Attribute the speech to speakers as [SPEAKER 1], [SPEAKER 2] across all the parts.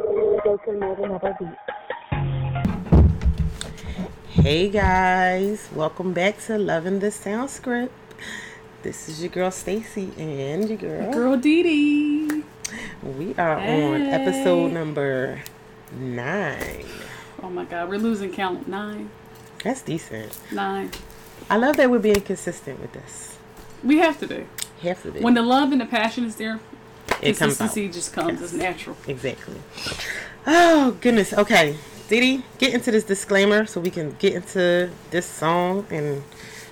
[SPEAKER 1] to another another week.
[SPEAKER 2] Hey guys, welcome back to Loving the Sound Script. This is your girl Stacy and your girl.
[SPEAKER 3] Girl Dee Dee.
[SPEAKER 2] We are on
[SPEAKER 3] Hey.
[SPEAKER 2] episode number nine.
[SPEAKER 3] Oh my God, we're losing count. Nine,
[SPEAKER 2] That's decent.
[SPEAKER 3] nine.
[SPEAKER 2] I love that we're being consistent with this.
[SPEAKER 3] We have to do.
[SPEAKER 2] Half of it.
[SPEAKER 3] When the love and the passion is there,
[SPEAKER 2] it comes out.
[SPEAKER 3] consistency just comes. It's natural.
[SPEAKER 2] Exactly. Oh goodness. Okay, Didi, get into this disclaimer so we can get into this song and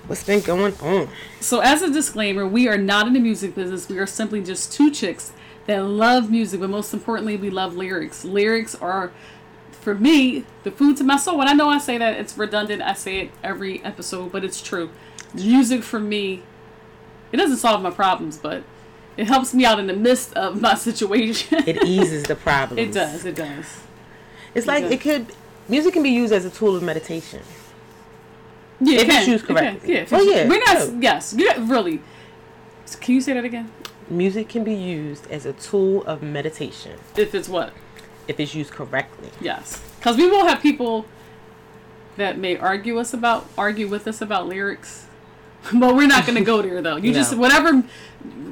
[SPEAKER 2] what's been going on.
[SPEAKER 3] So, as a disclaimer, we are not in the music business. We are simply just two chicks that love music, but most importantly, we love lyrics. Lyrics are, for me, the food to my soul. And I know I say that it's redundant. I say it every episode, but it's true. Music for me, it doesn't solve my problems, but it helps me out in the midst of my situation.
[SPEAKER 2] It eases the problems.
[SPEAKER 3] It does. It does.
[SPEAKER 2] It's like
[SPEAKER 3] does.
[SPEAKER 2] it could. Music can be used as a tool of meditation.
[SPEAKER 3] Yeah,
[SPEAKER 2] If
[SPEAKER 3] it
[SPEAKER 2] it's
[SPEAKER 3] can,
[SPEAKER 2] used
[SPEAKER 3] it can,
[SPEAKER 2] correctly.
[SPEAKER 3] Yeah. if
[SPEAKER 2] Oh,
[SPEAKER 3] it's-
[SPEAKER 2] yeah,
[SPEAKER 3] We're not.
[SPEAKER 2] no.
[SPEAKER 3] Yes. You're not really. Can you say that again?
[SPEAKER 2] Music can be used as a tool of meditation
[SPEAKER 3] If it's what?
[SPEAKER 2] if it's used correctly.
[SPEAKER 3] Yes. Because we will have people that may argue us about argue with us about lyrics, but we're not going to go there though. You just
[SPEAKER 2] No.
[SPEAKER 3] whatever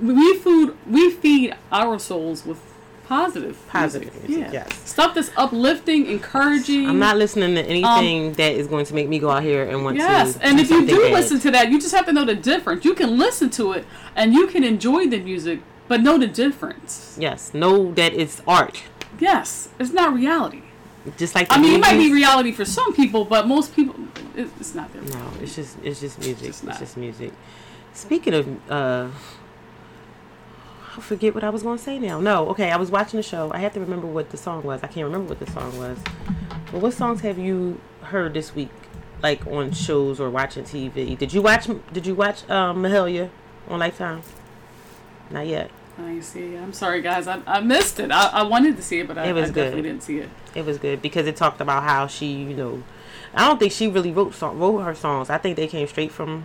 [SPEAKER 3] we food we feed our souls with positive music.
[SPEAKER 2] Positive music, yes.
[SPEAKER 3] Stuff that's uplifting, encouraging.
[SPEAKER 2] I'm not listening to anything that is going to make me go out here and want
[SPEAKER 3] Um, Yes,
[SPEAKER 2] to.
[SPEAKER 3] and if you
[SPEAKER 2] something
[SPEAKER 3] do
[SPEAKER 2] bad.
[SPEAKER 3] listen to that, you just have to know the difference. You can listen to it and you can enjoy the music, but know the difference.
[SPEAKER 2] yes, know that it's art.
[SPEAKER 3] Yes, it's not reality.
[SPEAKER 2] Just like the
[SPEAKER 3] I mean, it might be
[SPEAKER 2] movies-
[SPEAKER 3] reality for some people, but most people, it, it's not their
[SPEAKER 2] No, it's just it's just music. It's,
[SPEAKER 3] It's not.
[SPEAKER 2] just music. Speaking of, uh, I forget what I was going to say now. No, okay, I was watching the show. I have to remember what the song was. I can't remember what the song was. But what songs have you heard this week, like on shows or watching TV? Did you watch Did you watch um, Mahalia on Lifetime? Not yet.
[SPEAKER 3] I see. I'm sorry, guys. I, I missed it. I, I wanted to see it, but I,
[SPEAKER 2] It was
[SPEAKER 3] I definitely
[SPEAKER 2] good.
[SPEAKER 3] didn't see it.
[SPEAKER 2] It was good because it talked about how she, you know, I don't think she really wrote song, wrote her songs. I think they came straight from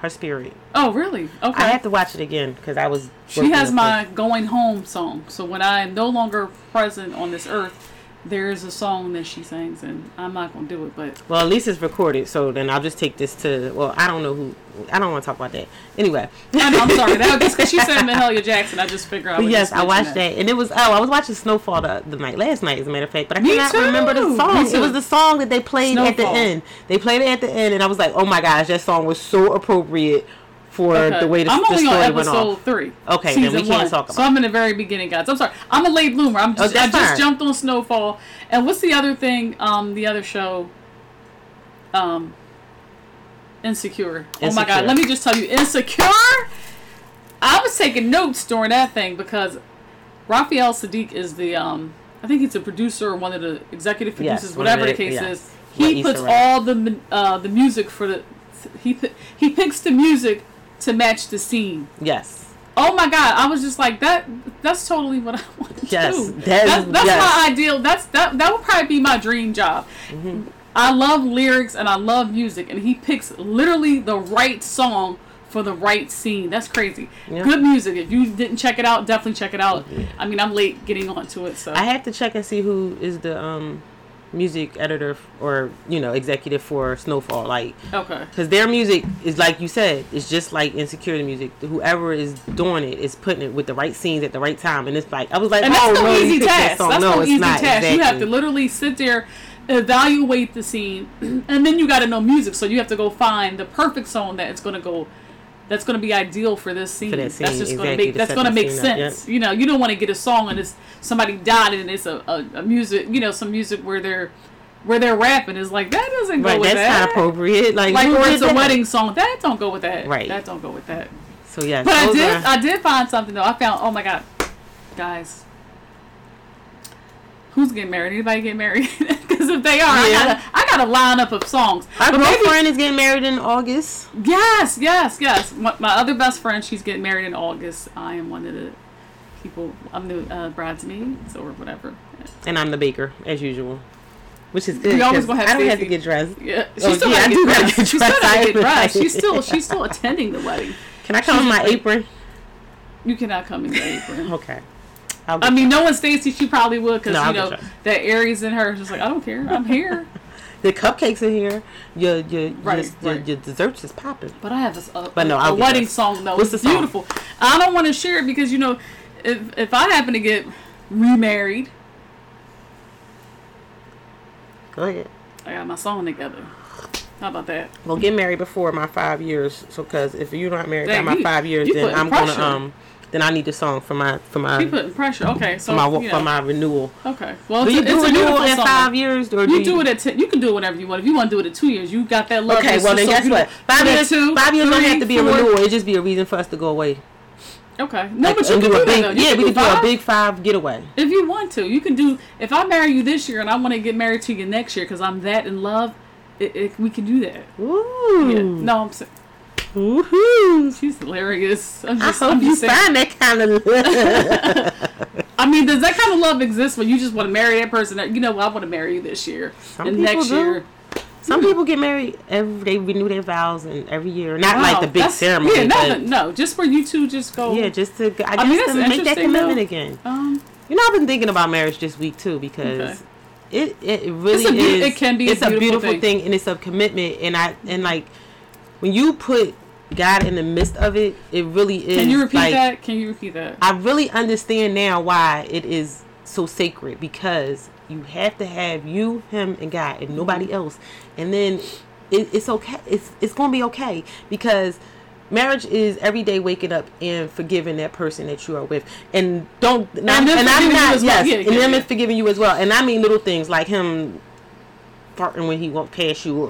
[SPEAKER 2] her spirit.
[SPEAKER 3] Oh, really? Okay.
[SPEAKER 2] I have to watch it again because I was.
[SPEAKER 3] she
[SPEAKER 2] working
[SPEAKER 3] has
[SPEAKER 2] up
[SPEAKER 3] my going home song. So when I am no longer present on this earth, there is a song that she sings, and I'm not gonna do it. But
[SPEAKER 2] a- Well, at least it's recorded, so then I'll just take this to. Well, I don't know who. I don't want to talk about that. Anyway,
[SPEAKER 3] I know, I'm sorry. That was because she said Mahalia Jackson. I just figured out.
[SPEAKER 2] but yes, I watched that. and it was. Oh, I was watching Snowfall the, the night last night, as a matter of fact. But I
[SPEAKER 3] Me
[SPEAKER 2] cannot remember the
[SPEAKER 3] too.
[SPEAKER 2] song.
[SPEAKER 3] Me
[SPEAKER 2] It was
[SPEAKER 3] too.
[SPEAKER 2] the song that they played at the
[SPEAKER 3] Snowfall.
[SPEAKER 2] end. They played it at the end, and I was like, "Oh my gosh, that song was so appropriate for the way the,
[SPEAKER 3] I'm
[SPEAKER 2] the
[SPEAKER 3] only
[SPEAKER 2] story
[SPEAKER 3] on
[SPEAKER 2] went
[SPEAKER 3] episode
[SPEAKER 2] off."
[SPEAKER 3] three.
[SPEAKER 2] Okay, then we
[SPEAKER 3] season
[SPEAKER 2] can't talk
[SPEAKER 3] So
[SPEAKER 2] about Oh,
[SPEAKER 3] I'm in the very beginning, guys. I'm sorry. I'm a late bloomer. I'm just, I
[SPEAKER 2] that's
[SPEAKER 3] just
[SPEAKER 2] fine.
[SPEAKER 3] jumped on Snowfall. And what's the other thing? Um, the other show. Um, Insecure. Oh my
[SPEAKER 2] Insecure.
[SPEAKER 3] God! Let me just tell you, Insecure. I was taking notes during that thing because Raphael Sadiq is the um, I think he's a producer or one of the executive
[SPEAKER 2] Yes,
[SPEAKER 3] producers,
[SPEAKER 2] one of
[SPEAKER 3] whatever the,
[SPEAKER 2] the-
[SPEAKER 3] case
[SPEAKER 2] yes.
[SPEAKER 3] is.
[SPEAKER 2] What
[SPEAKER 3] He
[SPEAKER 2] Issa
[SPEAKER 3] puts
[SPEAKER 2] Rae.
[SPEAKER 3] all the mu- uh, the music for the he pi- he picks the music to match the scene.
[SPEAKER 2] Yes,
[SPEAKER 3] Oh my god, I was just like that. That's totally what I want to
[SPEAKER 2] Yes,
[SPEAKER 3] do.
[SPEAKER 2] that
[SPEAKER 3] that's
[SPEAKER 2] is-
[SPEAKER 3] that's
[SPEAKER 2] yes. Mm-hmm.
[SPEAKER 3] my ideal. That's that that would probably be my dream job. I love lyrics and I love music, and he picks literally the right song for the right scene. That's crazy.
[SPEAKER 2] Yeah.
[SPEAKER 3] Good music. If you didn't check it out, definitely check it out. I mean, I'm late getting onto it, so
[SPEAKER 2] I have to check and see who is the um music editor f- or you know executive for Snowfall. Like,
[SPEAKER 3] okay.
[SPEAKER 2] Because their music is like you said, it's just like insecurity music. Whoever is doing it is putting it with the right scenes at the right time, and it's like I was like,
[SPEAKER 3] And that's
[SPEAKER 2] oh
[SPEAKER 3] no,
[SPEAKER 2] no, you
[SPEAKER 3] easy
[SPEAKER 2] picked that
[SPEAKER 3] task.
[SPEAKER 2] song.
[SPEAKER 3] That's
[SPEAKER 2] no,
[SPEAKER 3] no,
[SPEAKER 2] it's
[SPEAKER 3] easy
[SPEAKER 2] not.
[SPEAKER 3] task. You have to
[SPEAKER 2] Exactly.
[SPEAKER 3] literally sit there, evaluate the scene, and then you got to know music. So you have to go find the perfect song that it's going to go. That's going to be ideal for this scene.
[SPEAKER 2] that scene,
[SPEAKER 3] that's just
[SPEAKER 2] exactly,
[SPEAKER 3] going to make.
[SPEAKER 2] to
[SPEAKER 3] That's
[SPEAKER 2] set
[SPEAKER 3] going to
[SPEAKER 2] the
[SPEAKER 3] make
[SPEAKER 2] scene up,
[SPEAKER 3] sense. You know, you don't want to get a song and it's somebody died and it's a, a, a music. You know, some music where they're where they're rapping is like that doesn't go
[SPEAKER 2] Right,
[SPEAKER 3] with
[SPEAKER 2] that's
[SPEAKER 3] that.
[SPEAKER 2] not appropriate. Like,
[SPEAKER 3] Like
[SPEAKER 2] who
[SPEAKER 3] or
[SPEAKER 2] did
[SPEAKER 3] it's a
[SPEAKER 2] that?
[SPEAKER 3] wedding song that don't go with that.
[SPEAKER 2] Right.
[SPEAKER 3] That don't go with that.
[SPEAKER 2] So yes,
[SPEAKER 3] But I
[SPEAKER 2] those
[SPEAKER 3] did.
[SPEAKER 2] are-
[SPEAKER 3] I did find something though. I found. Oh my god, guys, who's getting married? Anybody getting married? Because if they are,
[SPEAKER 2] Yeah.
[SPEAKER 3] I gotta. I gotta line up of songs.
[SPEAKER 2] our
[SPEAKER 3] But maybe-
[SPEAKER 2] girlfriend is getting married in August.
[SPEAKER 3] yes, yes, yes. My, my other best friend, she's getting married in August. I am one of the people. I'm the uh, bridesmaids or whatever.
[SPEAKER 2] And I'm the baker, as usual. Which is good.
[SPEAKER 3] We always
[SPEAKER 2] 'cause
[SPEAKER 3] gonna have
[SPEAKER 2] I don't have to
[SPEAKER 3] Stacey.
[SPEAKER 2] get dressed.
[SPEAKER 3] Yeah, she's
[SPEAKER 2] Oh,
[SPEAKER 3] still
[SPEAKER 2] yeah, I
[SPEAKER 3] gotta
[SPEAKER 2] do
[SPEAKER 3] get
[SPEAKER 2] gotta
[SPEAKER 3] dressed.
[SPEAKER 2] get
[SPEAKER 3] She's still gotta
[SPEAKER 2] dressed.
[SPEAKER 3] get dressed. She's still. She's still attending the wedding.
[SPEAKER 2] Can I come in my apron?
[SPEAKER 3] You cannot come in the apron.
[SPEAKER 2] Okay. I'll
[SPEAKER 3] I mean, no one Stacy. She probably would because
[SPEAKER 2] No, I'll
[SPEAKER 3] you
[SPEAKER 2] get
[SPEAKER 3] know
[SPEAKER 2] you.
[SPEAKER 3] that Aries in her is just like I don't care. I'm here.
[SPEAKER 2] the cupcakes in here. Your your
[SPEAKER 3] Right,
[SPEAKER 2] your,
[SPEAKER 3] right.
[SPEAKER 2] your desserts is popping.
[SPEAKER 3] But I have this uh,
[SPEAKER 2] But no,
[SPEAKER 3] a
[SPEAKER 2] I'll get
[SPEAKER 3] wedding
[SPEAKER 2] that.
[SPEAKER 3] song though.
[SPEAKER 2] What's
[SPEAKER 3] it's
[SPEAKER 2] the song?
[SPEAKER 3] beautiful. I don't want to share it because you know, if if I happen to get remarried,
[SPEAKER 2] Go ahead.
[SPEAKER 3] I got my song together. How about that?
[SPEAKER 2] Well, get married before my five years. So, because if you're not married by
[SPEAKER 3] Dang,
[SPEAKER 2] my
[SPEAKER 3] you-
[SPEAKER 2] five years,
[SPEAKER 3] you
[SPEAKER 2] then
[SPEAKER 3] putting
[SPEAKER 2] I'm
[SPEAKER 3] pressure.
[SPEAKER 2] gonna um, then I need the song for my for my
[SPEAKER 3] She putting pressure. Okay, so
[SPEAKER 2] for Uh, my
[SPEAKER 3] you
[SPEAKER 2] for
[SPEAKER 3] know.
[SPEAKER 2] my renewal.
[SPEAKER 3] okay. Well,
[SPEAKER 2] Do
[SPEAKER 3] it's,
[SPEAKER 2] you
[SPEAKER 3] a, it's
[SPEAKER 2] do
[SPEAKER 3] a
[SPEAKER 2] renewal
[SPEAKER 3] beautiful
[SPEAKER 2] in
[SPEAKER 3] song.
[SPEAKER 2] five years, or do
[SPEAKER 3] You do it at ten. You can do it whenever you want. If you want to do it at two years, you got that love.
[SPEAKER 2] Okay,
[SPEAKER 3] that's
[SPEAKER 2] well then
[SPEAKER 3] just so
[SPEAKER 2] guess what?
[SPEAKER 3] beautiful.
[SPEAKER 2] Five
[SPEAKER 3] Put it at
[SPEAKER 2] years,
[SPEAKER 3] two,
[SPEAKER 2] five years don't
[SPEAKER 3] three,
[SPEAKER 2] have to be a
[SPEAKER 3] four.
[SPEAKER 2] renewal. It just be a reason for us to go away.
[SPEAKER 3] Okay, no,
[SPEAKER 2] Like,
[SPEAKER 3] but you
[SPEAKER 2] and
[SPEAKER 3] can
[SPEAKER 2] do
[SPEAKER 3] do
[SPEAKER 2] a big,
[SPEAKER 3] that. though. You
[SPEAKER 2] yeah, we
[SPEAKER 3] do
[SPEAKER 2] could do a
[SPEAKER 3] five.
[SPEAKER 2] big five getaway.
[SPEAKER 3] If you want to, you can do. If I marry you this year and I want to get married to you next year because I'm that in love, it, it, we can do that.
[SPEAKER 2] Ooh,
[SPEAKER 3] Yeah. No, I'm saying
[SPEAKER 2] Woohoo.
[SPEAKER 3] she's hilarious. I'm
[SPEAKER 2] I
[SPEAKER 3] just, I
[SPEAKER 2] hope
[SPEAKER 3] am
[SPEAKER 2] Oh, you
[SPEAKER 3] just saying.
[SPEAKER 2] find that kind of love.
[SPEAKER 3] I mean, does that kind of love exist when you just want to marry that person? That, you know, I want to marry you this year
[SPEAKER 2] Some
[SPEAKER 3] and
[SPEAKER 2] people
[SPEAKER 3] next
[SPEAKER 2] do.
[SPEAKER 3] year.
[SPEAKER 2] Some people get married every they renew their vows and every year, not like
[SPEAKER 3] Wow,
[SPEAKER 2] the big
[SPEAKER 3] that's-
[SPEAKER 2] ceremony,
[SPEAKER 3] Yeah,
[SPEAKER 2] but
[SPEAKER 3] nothing. No, just where you two just go.
[SPEAKER 2] yeah, just to I guess
[SPEAKER 3] Oh. mean, that's
[SPEAKER 2] to make that
[SPEAKER 3] interesting,
[SPEAKER 2] commitment
[SPEAKER 3] though.
[SPEAKER 2] again.
[SPEAKER 3] Um,
[SPEAKER 2] You know, I've been thinking about marriage this week too because it it really
[SPEAKER 3] It's a beau-
[SPEAKER 2] is.
[SPEAKER 3] it can be a
[SPEAKER 2] It's a
[SPEAKER 3] beautiful
[SPEAKER 2] beautiful
[SPEAKER 3] thing.
[SPEAKER 2] thing. and it's a commitment. And I and like when you put God in the midst of it, it really is.
[SPEAKER 3] can you repeat
[SPEAKER 2] like,
[SPEAKER 3] that? Can you repeat that?
[SPEAKER 2] I really understand now why it is so sacred because you have to have you, him, and God,
[SPEAKER 3] Mm-hmm.
[SPEAKER 2] and nobody else. And then it, it's okay. It's it's gonna be okay because marriage is every day waking up and forgiving that person that you are with, and don't and, I'm-
[SPEAKER 3] them
[SPEAKER 2] and I'm
[SPEAKER 3] forgiving you
[SPEAKER 2] not
[SPEAKER 3] as well.
[SPEAKER 2] yes,
[SPEAKER 3] Yeah,
[SPEAKER 2] and
[SPEAKER 3] yeah,
[SPEAKER 2] them
[SPEAKER 3] yeah.
[SPEAKER 2] forgiving you as well. And I mean little things like him farting when he won't pass you or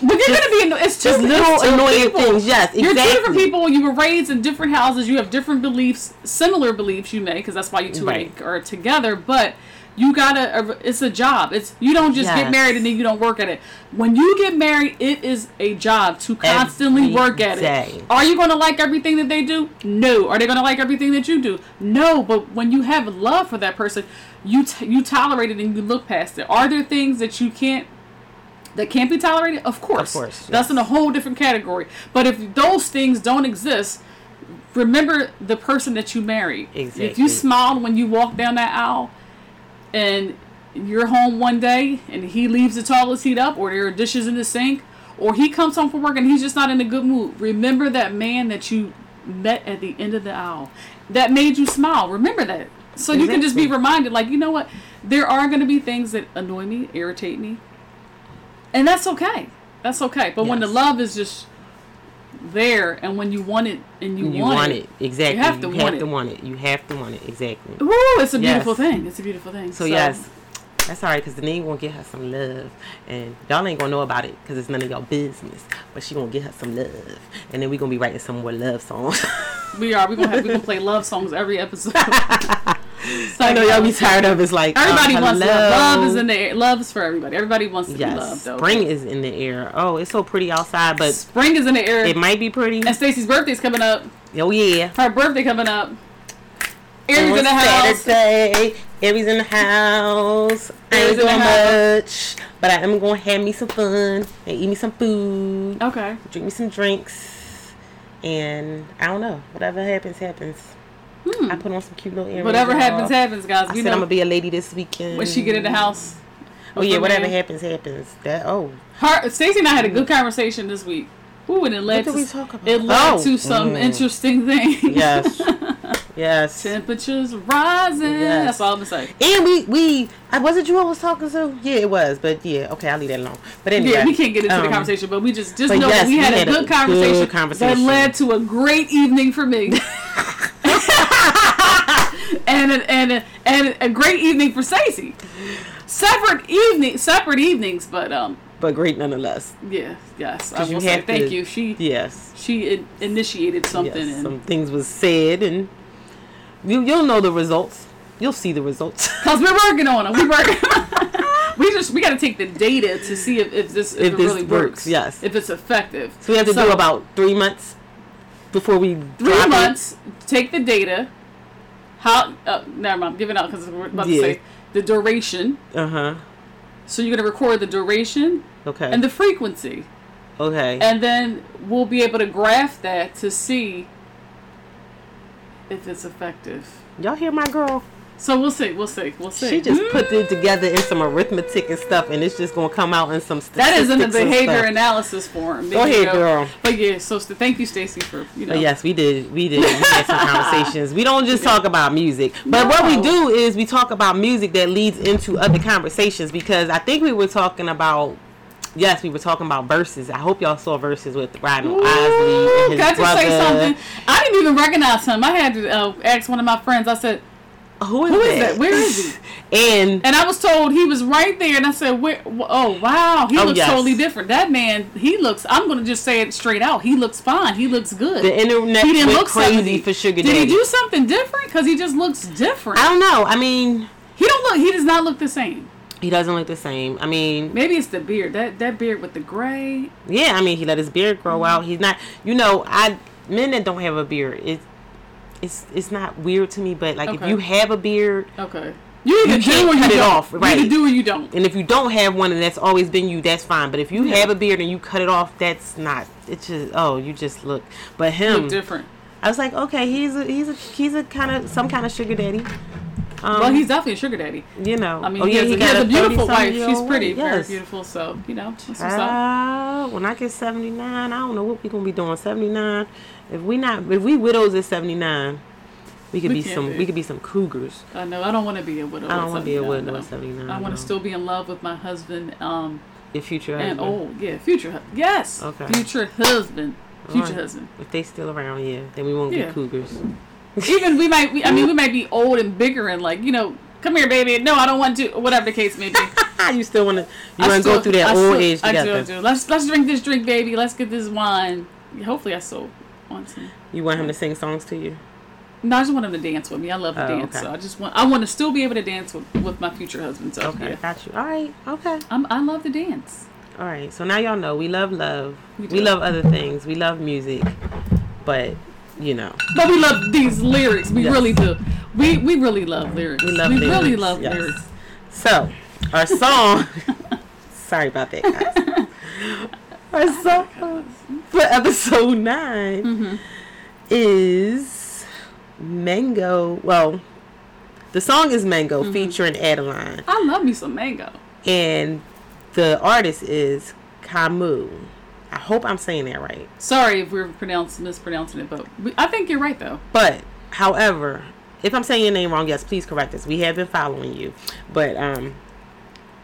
[SPEAKER 3] But you're gonna be. anno- It's two,
[SPEAKER 2] just little
[SPEAKER 3] it's two
[SPEAKER 2] annoying
[SPEAKER 3] people.
[SPEAKER 2] things. Yes, exactly.
[SPEAKER 3] You're two different people. You were raised in different houses. You have different beliefs, similar beliefs. You may, because that's why you two
[SPEAKER 2] Right.
[SPEAKER 3] are are together. But you gotta. uh, It's a job. It's you don't just
[SPEAKER 2] Yes.
[SPEAKER 3] get married and then you don't work at it. When you get married, it is a job to constantly
[SPEAKER 2] Every
[SPEAKER 3] work at
[SPEAKER 2] day.
[SPEAKER 3] it. Are you gonna like everything that they do? No. Are they gonna like everything that you do? No. But when you have love for that person, you t- you tolerate it and you look past it. Are there things that you can't that can't be tolerated? Of course.
[SPEAKER 2] course,
[SPEAKER 3] That's
[SPEAKER 2] yes.
[SPEAKER 3] in a whole different category. But if those things don't exist, remember the person that you married. If
[SPEAKER 2] Exactly.
[SPEAKER 3] you smiled when you walked down that aisle and you're home one day and he leaves the toilet seat up or there are dishes in the sink or he comes home from work and he's just not in a good mood, remember that man that you met at the end of the aisle that made you smile. Remember that. So you can just be
[SPEAKER 2] Exactly.
[SPEAKER 3] reminded, like, you know what? There are going to be things that annoy me, irritate me, and that's okay. That's okay. But when the
[SPEAKER 2] Yes.
[SPEAKER 3] love is just there, and when you want it, and you,
[SPEAKER 2] You want it exactly. You have to, want,
[SPEAKER 3] it.
[SPEAKER 2] to want it. You have to want it exactly.
[SPEAKER 3] Woo! It's a
[SPEAKER 2] Yes.
[SPEAKER 3] beautiful thing. It's a beautiful thing.
[SPEAKER 2] So, yes, that's all right because the nigga gonna get her some love, and y'all ain't gonna know about it because it's none of y'all business. But she gonna get her some love, and then we gonna be writing some more love songs.
[SPEAKER 3] we are. We're gonna have. We're gonna play love songs every episode.
[SPEAKER 2] I know y'all be tired of it's like um,
[SPEAKER 3] Everybody wants
[SPEAKER 2] hello.
[SPEAKER 3] love. Love is in the air. Love is for everybody. Everybody wants to be
[SPEAKER 2] Yes,
[SPEAKER 3] loved. though.
[SPEAKER 2] spring is in the air. Oh, it's so pretty outside, but
[SPEAKER 3] Spring is in the air.
[SPEAKER 2] it might be pretty.
[SPEAKER 3] and Stacy's birthday's coming up.
[SPEAKER 2] Oh yeah,
[SPEAKER 3] Her birthday coming up. Aries
[SPEAKER 2] On
[SPEAKER 3] in the house.
[SPEAKER 2] Saturday, Aries in the house. I
[SPEAKER 3] Aries in
[SPEAKER 2] ain't
[SPEAKER 3] the
[SPEAKER 2] doing
[SPEAKER 3] house.
[SPEAKER 2] much, but I am gonna have me some fun and eat me some food.
[SPEAKER 3] Okay.
[SPEAKER 2] drink me some drinks, and I don't know. Whatever happens, happens.
[SPEAKER 3] Hmm.
[SPEAKER 2] I put on some cute little earrings.
[SPEAKER 3] Whatever
[SPEAKER 2] y'all.
[SPEAKER 3] happens, happens, guys.
[SPEAKER 2] I
[SPEAKER 3] We
[SPEAKER 2] said I'm
[SPEAKER 3] know
[SPEAKER 2] gonna be a lady this weekend.
[SPEAKER 3] when she get in the house.
[SPEAKER 2] Oh yeah,
[SPEAKER 3] Her
[SPEAKER 2] whatever
[SPEAKER 3] man-
[SPEAKER 2] happens, happens. That oh,
[SPEAKER 3] Her Stacey and I had a good conversation this week. Ooh, and it led
[SPEAKER 2] did
[SPEAKER 3] to
[SPEAKER 2] we talk about?
[SPEAKER 3] it led
[SPEAKER 2] Oh.
[SPEAKER 3] to some
[SPEAKER 2] Mm.
[SPEAKER 3] interesting things.
[SPEAKER 2] Yes. yes.
[SPEAKER 3] Temperatures rising.
[SPEAKER 2] Yes.
[SPEAKER 3] That's all I'm gonna say.
[SPEAKER 2] And we we I was it you I was talking to? Yeah, it was. But yeah, okay, I'll leave that alone. But anyway,
[SPEAKER 3] Yeah, we can't get into the
[SPEAKER 2] um,
[SPEAKER 3] conversation, but we just just
[SPEAKER 2] but
[SPEAKER 3] know
[SPEAKER 2] yes,
[SPEAKER 3] that we had, a good conversation,
[SPEAKER 2] good conversation.
[SPEAKER 3] that led to a great evening for me. and a, and a, and a great evening for Stacey. Separate evening, separate evenings, but um,
[SPEAKER 2] But great nonetheless.
[SPEAKER 3] yeah, yes, I
[SPEAKER 2] 'Cause you
[SPEAKER 3] will say
[SPEAKER 2] have
[SPEAKER 3] thank
[SPEAKER 2] to-
[SPEAKER 3] you. She
[SPEAKER 2] Yes.
[SPEAKER 3] she in- initiated something,
[SPEAKER 2] yes.
[SPEAKER 3] and
[SPEAKER 2] Some things was said, and you you'll know the results. You'll see the results.
[SPEAKER 3] Cause we're working on it. We're working. we just we got to take the data to see if, if this if,
[SPEAKER 2] If
[SPEAKER 3] it
[SPEAKER 2] this
[SPEAKER 3] really
[SPEAKER 2] works,
[SPEAKER 3] works.
[SPEAKER 2] yes.
[SPEAKER 3] If it's effective.
[SPEAKER 2] So we have to do about three months before we
[SPEAKER 3] three
[SPEAKER 2] drop it.
[SPEAKER 3] months. Take the data. How? Uh, never mind. I'm giving out because we're about
[SPEAKER 2] Yeah.
[SPEAKER 3] to say the duration.
[SPEAKER 2] Uh huh.
[SPEAKER 3] So you're gonna record the duration
[SPEAKER 2] Okay.
[SPEAKER 3] and the frequency,
[SPEAKER 2] okay.
[SPEAKER 3] and then we'll be able to graph that to see if it's effective.
[SPEAKER 2] Y'all hear my girl?
[SPEAKER 3] So we'll see. We'll see. We'll see.
[SPEAKER 2] She just put it together in some arithmetic and stuff, and it's just gonna come out in some statistics.
[SPEAKER 3] that is in the behavior
[SPEAKER 2] And stuff.
[SPEAKER 3] analysis form.
[SPEAKER 2] Go
[SPEAKER 3] There you
[SPEAKER 2] ahead, girl. Oh,
[SPEAKER 3] But yeah, so st- thank you, Stacy, for you know.
[SPEAKER 2] But yes, we did. We did. We had some conversations. We don't just talk about music, but what we
[SPEAKER 3] No.
[SPEAKER 2] do is we talk about music that leads into other conversations. Because I think we were talking about. Yes, we were talking about verses. I hope y'all saw verses with Rhino Osley and
[SPEAKER 3] Ooh,
[SPEAKER 2] his
[SPEAKER 3] got to
[SPEAKER 2] brother.
[SPEAKER 3] say something. I didn't even recognize him. I had to uh, ask one of my friends. I said,
[SPEAKER 2] Who is,
[SPEAKER 3] Who is that? Where is
[SPEAKER 2] he? and
[SPEAKER 3] and I was told he was right there. And I said, Where? wh- Oh wow, he
[SPEAKER 2] Oh,
[SPEAKER 3] looks
[SPEAKER 2] yes.
[SPEAKER 3] totally different. That man, he looks. I'm gonna just say it straight out. He looks fine. He looks good.
[SPEAKER 2] the internet
[SPEAKER 3] he didn't
[SPEAKER 2] went
[SPEAKER 3] look
[SPEAKER 2] crazy
[SPEAKER 3] 70.
[SPEAKER 2] for Sugar
[SPEAKER 3] Did
[SPEAKER 2] Daddy.
[SPEAKER 3] he do something different? Because he just looks different.
[SPEAKER 2] I don't know. I mean,
[SPEAKER 3] he don't look. He does not look the same.
[SPEAKER 2] he doesn't look the same. I mean,
[SPEAKER 3] Maybe it's the beard. That that beard with the gray.
[SPEAKER 2] Yeah, I mean, he let his beard grow out. He's not, you know, I men that don't have a beard, it, it's it's not weird to me. But like, if
[SPEAKER 3] Okay.
[SPEAKER 2] you have a beard,
[SPEAKER 3] Okay. You either
[SPEAKER 2] You
[SPEAKER 3] do
[SPEAKER 2] can't
[SPEAKER 3] or you
[SPEAKER 2] cut it
[SPEAKER 3] don't.
[SPEAKER 2] off,
[SPEAKER 3] You
[SPEAKER 2] right. Mm.
[SPEAKER 3] either do or you don't.
[SPEAKER 2] and if you don't have one, and that's always been you, that's fine. But if you
[SPEAKER 3] Yeah.
[SPEAKER 2] have a beard and you cut it off, that's not. It's just oh, you just look. But
[SPEAKER 3] Look
[SPEAKER 2] him,
[SPEAKER 3] different.
[SPEAKER 2] I was like, okay, he's a he's a he's a kind of some kind of sugar daddy. Um,
[SPEAKER 3] well, he's definitely a sugar daddy.
[SPEAKER 2] you know. Oh,
[SPEAKER 3] I mean, he, has, a- he has a beautiful wife. She's pretty, very
[SPEAKER 2] Yes.
[SPEAKER 3] beautiful. So you know, that's what's up.
[SPEAKER 2] Uh, when I get 79, I don't know what we gonna be doing. 79. If we not if we widows at 79, we could
[SPEAKER 3] We
[SPEAKER 2] be
[SPEAKER 3] can't
[SPEAKER 2] some
[SPEAKER 3] be.
[SPEAKER 2] we could be some cougars.
[SPEAKER 3] I know. I don't want to be a widow.
[SPEAKER 2] I don't want to be a widow
[SPEAKER 3] No.
[SPEAKER 2] at 79.
[SPEAKER 3] I want to still be in love with my husband. Um,
[SPEAKER 2] your future
[SPEAKER 3] and
[SPEAKER 2] husband.
[SPEAKER 3] oh yeah, future. hu- Yes.
[SPEAKER 2] Okay.
[SPEAKER 3] Future husband. Future
[SPEAKER 2] Alright.
[SPEAKER 3] husband.
[SPEAKER 2] If they still around, yeah, then we won't
[SPEAKER 3] Yeah.
[SPEAKER 2] be cougars.
[SPEAKER 3] Even we might. We, I mean, we might be old and bigger and like you know, come here, baby. No, I don't want to. Whatever the case may be.
[SPEAKER 2] Ah, you still want to you
[SPEAKER 3] I
[SPEAKER 2] want to go
[SPEAKER 3] still-
[SPEAKER 2] through that
[SPEAKER 3] I
[SPEAKER 2] old
[SPEAKER 3] still-
[SPEAKER 2] age
[SPEAKER 3] I
[SPEAKER 2] together.
[SPEAKER 3] do, I do. Let's let's drink this drink, baby. Let's get this wine. Hopefully, I still want some.
[SPEAKER 2] You want him to sing songs to you?
[SPEAKER 3] No, I just want him to dance with me. I love to
[SPEAKER 2] Oh,
[SPEAKER 3] dance,
[SPEAKER 2] okay.
[SPEAKER 3] so I just want I want to still be able to dance with, with my future husband. So
[SPEAKER 2] Okay,
[SPEAKER 3] yeah.
[SPEAKER 2] got you. All right, okay.
[SPEAKER 3] I'm, I love to dance.
[SPEAKER 2] All right, so now y'all know we love love.
[SPEAKER 3] We
[SPEAKER 2] we
[SPEAKER 3] do.
[SPEAKER 2] love other things. We love music, but you know.
[SPEAKER 3] But we love these lyrics. We
[SPEAKER 2] Yes.
[SPEAKER 3] really do. We we really love lyrics.
[SPEAKER 2] We love lyrics,
[SPEAKER 3] really love
[SPEAKER 2] yes.
[SPEAKER 3] lyrics.
[SPEAKER 2] So, our song. sorry about that, guys. our song for episode 9
[SPEAKER 3] Mm-hmm.
[SPEAKER 2] is Mango. Well, the song is Mango
[SPEAKER 3] Mm-hmm.
[SPEAKER 2] featuring Adeline,
[SPEAKER 3] I love me some mango.
[SPEAKER 2] and the artist is Camus. I hope I'm saying that right.
[SPEAKER 3] Sorry if we're pronouncing mispronouncing it, but we, I think you're right though.
[SPEAKER 2] But, however, if I'm saying your name wrong, yes, please correct us. We have been following you, but um,